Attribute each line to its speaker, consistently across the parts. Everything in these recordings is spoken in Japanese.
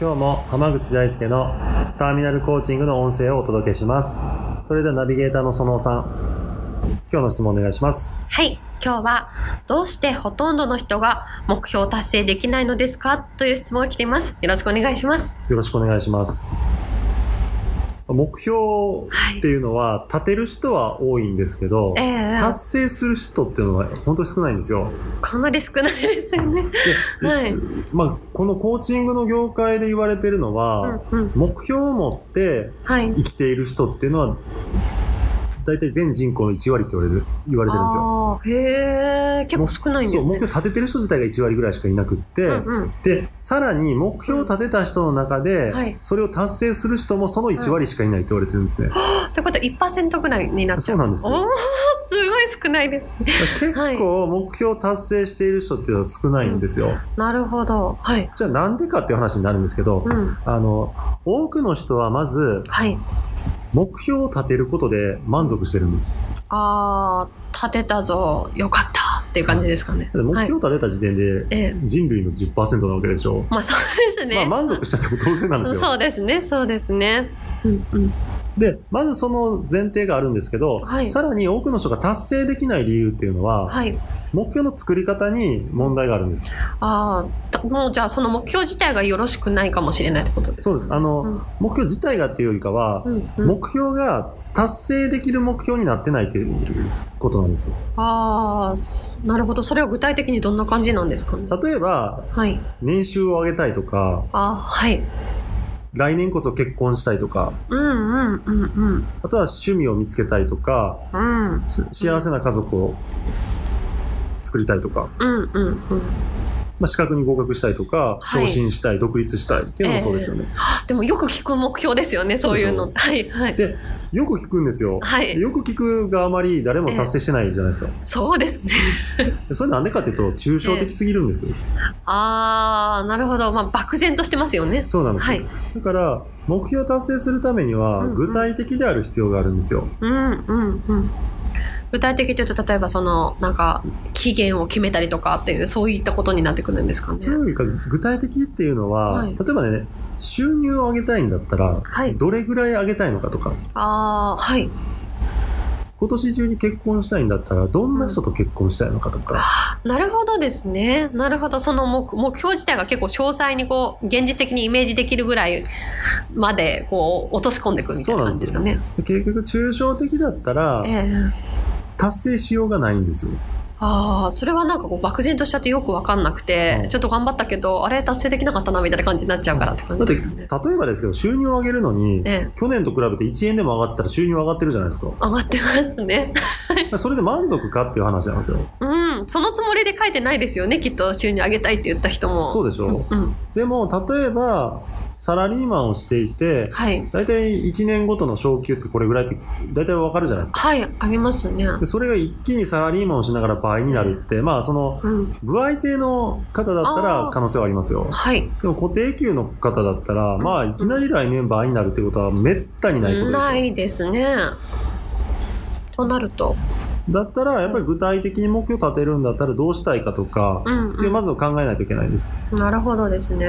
Speaker 1: 今日も浜口大輔のターミナルコーチングの音声をお届けします。それではナビゲーターのそのおさん、今日の質問お願いします。
Speaker 2: はい。今日は、どうしてほとんどの人が目標を達成できないのですかという質問が来ています。よろしくお願いします。
Speaker 1: よろしくお願いします。目標
Speaker 2: はい
Speaker 1: って。いうのは立てる人は多いんですけど、
Speaker 2: ええ
Speaker 1: 達成する人っていうのは本当に少ないんですよ。
Speaker 2: かなり少ないですよね。
Speaker 1: で
Speaker 2: はい
Speaker 1: 一まあ、このコーチングの業界で言われてるの
Speaker 2: う
Speaker 1: は
Speaker 2: ん、うん。
Speaker 1: 目標を持って
Speaker 2: はい。
Speaker 1: 生きている人っていうのは、大体全人口の1割って言われる、言われてるんですよ。
Speaker 2: あーへえ、結構少ないん
Speaker 1: そ
Speaker 2: で
Speaker 1: う
Speaker 2: す
Speaker 1: 目
Speaker 2: ね。
Speaker 1: 標立ててる人自体が1割ぐらいしかいなくって、
Speaker 2: うんうん。
Speaker 1: でさらに目標を立てた人の中で、
Speaker 2: うんはい
Speaker 1: それを達成する人もその1割しかいないと言われてるんですね、
Speaker 2: ということは1%ぐらいになっちゃう。
Speaker 1: そうなんですよ
Speaker 2: おーすごい少ないです。
Speaker 1: 結構目標を達成している人っていうのは少ないんですよ、
Speaker 2: なるほど。はい。
Speaker 1: じゃあなんでかっていう話になるんですけど、
Speaker 2: うん。
Speaker 1: あの多くの人はまず
Speaker 2: はい。
Speaker 1: 目標を立てることで満足してるんです
Speaker 2: あー、立てたぞ。よかった。っていう感じですかね。
Speaker 1: だって目
Speaker 2: はい
Speaker 1: 標を立てた時点で
Speaker 2: ええ。
Speaker 1: 人類の10%なわけでしょ、
Speaker 2: まあそうですね。
Speaker 1: まあ満足しちゃっても当然なんですよ
Speaker 2: そうですね、そうですね。うんうん。
Speaker 1: でまずその前提があるんですけど、
Speaker 2: はい
Speaker 1: さらに多くの人が達成できない理由っていうのは、
Speaker 2: はい。
Speaker 1: 目標の作り方に問題があるんです。
Speaker 2: ああ、だもうじゃあその目標自体がよろしくないかもしれないってことです
Speaker 1: そうです。あの、
Speaker 2: うん
Speaker 1: 目標自体がっていうよりかは、
Speaker 2: うんうん、
Speaker 1: 目標が達成できる目標になってないっていうことなんです。
Speaker 2: ああ、なるほど。それは具体的にどんな感じなんですかね。
Speaker 1: 例えば、
Speaker 2: はい。
Speaker 1: 年収を上げたいとか、
Speaker 2: あーはい。
Speaker 1: 来年こそ結婚したいとか、
Speaker 2: うんうんうん
Speaker 1: あとは趣味を見つけたいとか、
Speaker 2: うん。うん
Speaker 1: し幸せな家族を作りたいとか、
Speaker 2: うんうんうん。
Speaker 1: まあ、資格に合格したいとか、
Speaker 2: は
Speaker 1: 昇
Speaker 2: い
Speaker 1: 進したい、独立したいっていうのもそうですよね。
Speaker 2: でもよく聞く目標ですよね、そういう
Speaker 1: そ
Speaker 2: の。
Speaker 1: う
Speaker 2: はいはい。
Speaker 1: でよく聞くんですよ。
Speaker 2: はい。
Speaker 1: よく聞くがあまり誰も達成してないじゃないですか。
Speaker 2: そうですね。
Speaker 1: でそれなんでかっていうと、抽象的すぎるんです。
Speaker 2: ああ、なるほど。まあ、漠然としてますよね。
Speaker 1: そうなんです
Speaker 2: は
Speaker 1: よ。
Speaker 2: い。
Speaker 1: だから、目標を達成するためには
Speaker 2: うんう、ん
Speaker 1: 具体的である必要があるんですよ。
Speaker 2: うんうんうん。具体的というと例えばそのなんか期限を決めたりとかっていうそういったことになってくるんですかね
Speaker 1: と。いうよりか、具体的っていうのは、
Speaker 2: は
Speaker 1: 例
Speaker 2: い
Speaker 1: えばね、収入を上げたいんだったら
Speaker 2: はい、
Speaker 1: どれぐらい上げたいのかとか、
Speaker 2: ああはい。
Speaker 1: 今年中に結婚したいんだったら、どんな人と結婚したいのかとか、
Speaker 2: なるほどですね。なるほどその目目標自体が結構詳細にこう現実的にイメージできるぐらいまでこう落とし込んでいくみたいな感じですかね。
Speaker 1: で結局、抽象的だったら
Speaker 2: え、え
Speaker 1: 達成しようがないんですよ。
Speaker 2: ああそれはなんかこう漠然としちゃってよくわかんなくて、
Speaker 1: うん
Speaker 2: ちょっと頑張ったけどあれ達成できなかったなみたいな感じになっちゃうからって感
Speaker 1: だ
Speaker 2: じ
Speaker 1: って、
Speaker 2: ですかね。
Speaker 1: 例えばですけど、収入を上げるのに、
Speaker 2: ええ
Speaker 1: 去年と比べて1円でも上がってたら収入上がってるじゃないですか。
Speaker 2: 上がってますね。
Speaker 1: それで満足かっていう話なんですよ。
Speaker 2: うん、そのつもりで書いてないですよね、きっと収入上げたいって言った人も。
Speaker 1: そう
Speaker 2: う
Speaker 1: でしょ
Speaker 2: ん、
Speaker 1: でも、例えば、サラリーマンをしていて、
Speaker 2: はい。
Speaker 1: 大体1年ごとの昇給ってこれぐらいって、大体わかるじゃないですか。
Speaker 2: はい、あげますね。
Speaker 1: でそれが一気にサラリーマンをしながら倍になるって、まあ、その、
Speaker 2: うん。
Speaker 1: 歩合制の方だった
Speaker 2: あ
Speaker 1: ら
Speaker 2: ー
Speaker 1: 可能性はありますよ。
Speaker 2: はい。
Speaker 1: でも固定給の方だったら、
Speaker 2: ん
Speaker 1: まあ、いきなり来年倍になるってことはめったにないことです
Speaker 2: な
Speaker 1: よ。
Speaker 2: いですね。となると。
Speaker 1: だったら、やっぱり具体的に目標立てるんだったらどうしたいかとか
Speaker 2: う、ん、
Speaker 1: っていううんまずは考えないといけないです。
Speaker 2: なるほどですね。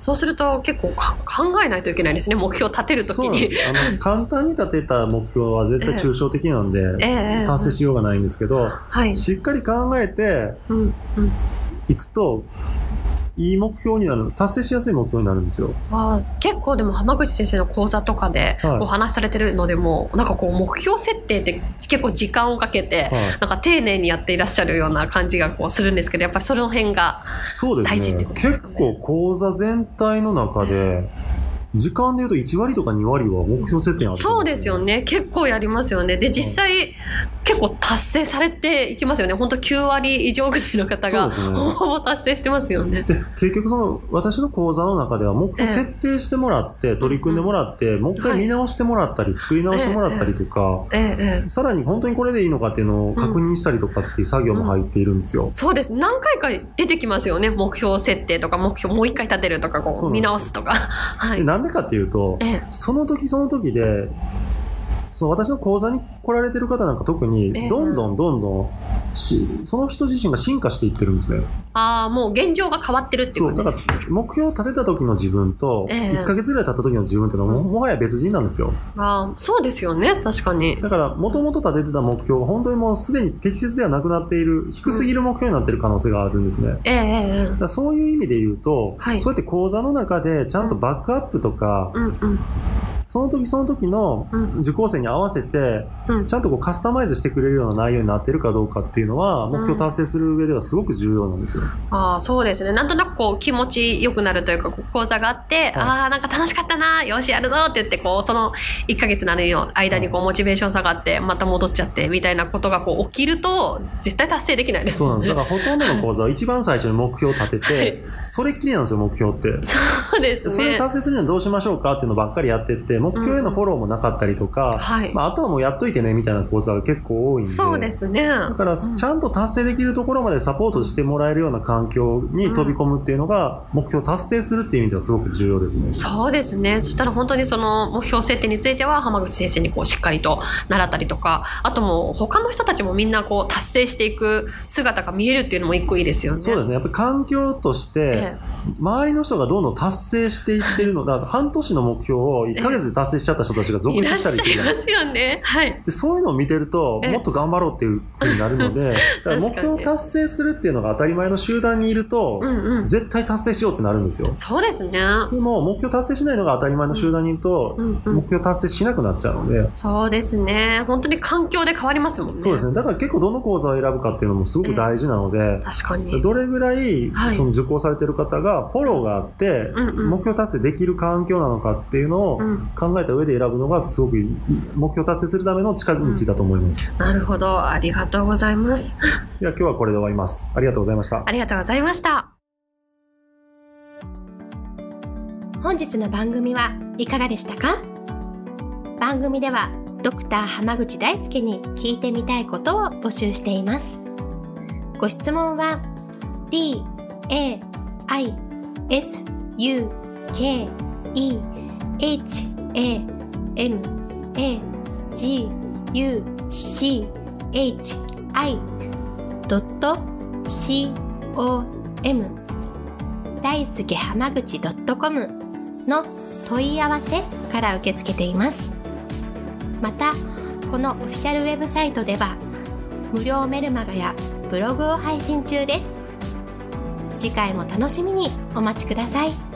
Speaker 2: そうすると結構か考えないといけないですね、目標を立てると
Speaker 1: そ
Speaker 2: き
Speaker 1: うなんで
Speaker 2: に。
Speaker 1: すあの簡単に立てた目標は絶対抽象的なんで、
Speaker 2: ええ
Speaker 1: 達成しようがないんですけど、
Speaker 2: はい。
Speaker 1: しっかり考えて
Speaker 2: うん、うん。
Speaker 1: いくと、いい目標になる、達成しやすい目標になるんですよ。
Speaker 2: あー結構でも浜口先生の講座とかで
Speaker 1: はい
Speaker 2: お話しされてるのでも、なんかこう目標設定って結構時間をかけて、
Speaker 1: はい、
Speaker 2: なんか丁寧にやっていらっしゃるような感じがこうするんですけどやっぱりその辺が
Speaker 1: そうです
Speaker 2: 大事っ
Speaker 1: ね
Speaker 2: てことです
Speaker 1: 結
Speaker 2: かね
Speaker 1: 構講座全体の中で、時間でいうと1割とか2割は目標設定ある、
Speaker 2: そうですよ。ね結構やりますよねで実際結構達成されていきますよね本当9割以上ぐらいの方
Speaker 1: そう
Speaker 2: が
Speaker 1: ですね
Speaker 2: ほぼほぼ達成してますよね
Speaker 1: で結局その私の講座の中では目標設定してもらって取り組んでもらってもう一回見直してもらったり作り直してもらったりとか
Speaker 2: ええええ
Speaker 1: さらに本当にこれでいいのかっていうのを確認したりとかっていう作業も入っているんですよ。
Speaker 2: そうです何回か出てきますよね目標設定とか目標もう一回立てるとかこ
Speaker 1: そうなんですよ
Speaker 2: う見直すとか は
Speaker 1: で
Speaker 2: い
Speaker 1: なんでかっていうと
Speaker 2: ええ
Speaker 1: その時その時でその私の講座に来られてる方なんか特
Speaker 2: ええ
Speaker 1: にどんどんどんどんしその人自身が進化していってるんですね。
Speaker 2: ああもう現状が変わってるってい
Speaker 1: そうう、
Speaker 2: こと
Speaker 1: だから目標を立てた時の自分と、
Speaker 2: ええ
Speaker 1: 1ヶ月ぐらい経った時の自分っていうのはも、
Speaker 2: うん
Speaker 1: もはや別人なんですよ。
Speaker 2: あーそうですよね確かに
Speaker 1: だから、もともと立ててた目標が本当にもうすでに適切ではなくなっている、低すぎる目標になっている可能性があるんですね。
Speaker 2: ええええええ
Speaker 1: だからそういう意味で言うと、
Speaker 2: はい
Speaker 1: そうやって講座の中でちゃんとバックアップとか、
Speaker 2: うんうん
Speaker 1: その時その時の
Speaker 2: うん
Speaker 1: 受講生に合わせて、
Speaker 2: うん
Speaker 1: ちゃんとこうカスタマイズしてくれるような内容になっているかどうかっていうのは、目標達成する上ではすごく重要なんですよ。
Speaker 2: ああそうですねなんとなくこう気持ちよくなるというかこう講座があって、ああなんか楽しかったなよしやるぞって言ってこうその1ヶ月の間にこうモチベーション下がってまた戻っちゃってみたいなことがこう起きると絶対達成できないです
Speaker 1: そうなんです。だ
Speaker 2: ね
Speaker 1: からほとんどの講座は一番最初に目標を立てて、それっきりなんですよ、目標って。
Speaker 2: そうで
Speaker 1: ですそれ
Speaker 2: ね
Speaker 1: を達成するにはどうしましょうかっていうのばっかりやってって、目標へのフォローもなかったりとか、
Speaker 2: はい、
Speaker 1: まあ、あとはもうやっといてねみたいな講座が結構多いんで。
Speaker 2: そうですね
Speaker 1: だから、
Speaker 2: うん
Speaker 1: ちゃんと達成できるところまでサポートしてもらえるような環境に飛び込むっていうのが、目標を達成するっていう意味ではすごく重要ですね。
Speaker 2: そうですね。そしたら本当にその目標設定については浜口先生にこうしっかりと習ったりとか、あともう他の人たちもみんなこう達成していく姿が見えるっていうのも一個いいですよね。
Speaker 1: そうですね。やっぱり環境として、
Speaker 2: え
Speaker 1: 周りの人がどんどん達成していってるのだ。 から半年の目標を1ヶ月で達成しちゃった人たちが
Speaker 2: え
Speaker 1: 続
Speaker 2: い
Speaker 1: 出
Speaker 2: らっ
Speaker 1: し
Speaker 2: したゃ
Speaker 1: りする
Speaker 2: い
Speaker 1: じゃないですか
Speaker 2: ますよね。はい。
Speaker 1: でそういうのを見てると
Speaker 2: ええ
Speaker 1: もっと頑張ろうっていうふうになるの でだから目標を達成するっていうのが当たり前の集団にいると
Speaker 2: う、んうん。
Speaker 1: 絶対達成しようってなるんですよ
Speaker 2: そうですね。
Speaker 1: でも目標達成しないのが当たり前の集団にいると、
Speaker 2: うんう
Speaker 1: 目
Speaker 2: ん。
Speaker 1: 標達成しなくなっちゃうので、
Speaker 2: そうですね。本当に環境で変わりますもんね。
Speaker 1: そうですねだから結構どの講座を選ぶかっていうのもすごく大事なので、
Speaker 2: 確かに。
Speaker 1: どれぐらい
Speaker 2: はい
Speaker 1: その受講されてる方がフォローがあって、
Speaker 2: うんうん
Speaker 1: 目標達成できる環境なのかっていうのを
Speaker 2: うん、
Speaker 1: 考えた上で選ぶのがすごくいい目標達成するための近道だと思います、
Speaker 2: なるほど。ありがとうございます。
Speaker 1: では今日はこれで終わりますありがとうございました
Speaker 2: ありがとうございました。
Speaker 3: 本日の番組はいかがでしたか番組ではドクター濱口大輔に聞いてみたいことを募集していますご質問は d a i s u k e h a m a g u c h i c o m 大輔濱口 .com の問い合わせから受け付けていますまたこのオフィシャルウェブサイトでは無料メルマガやブログを配信中です次回も楽しみにお待ちください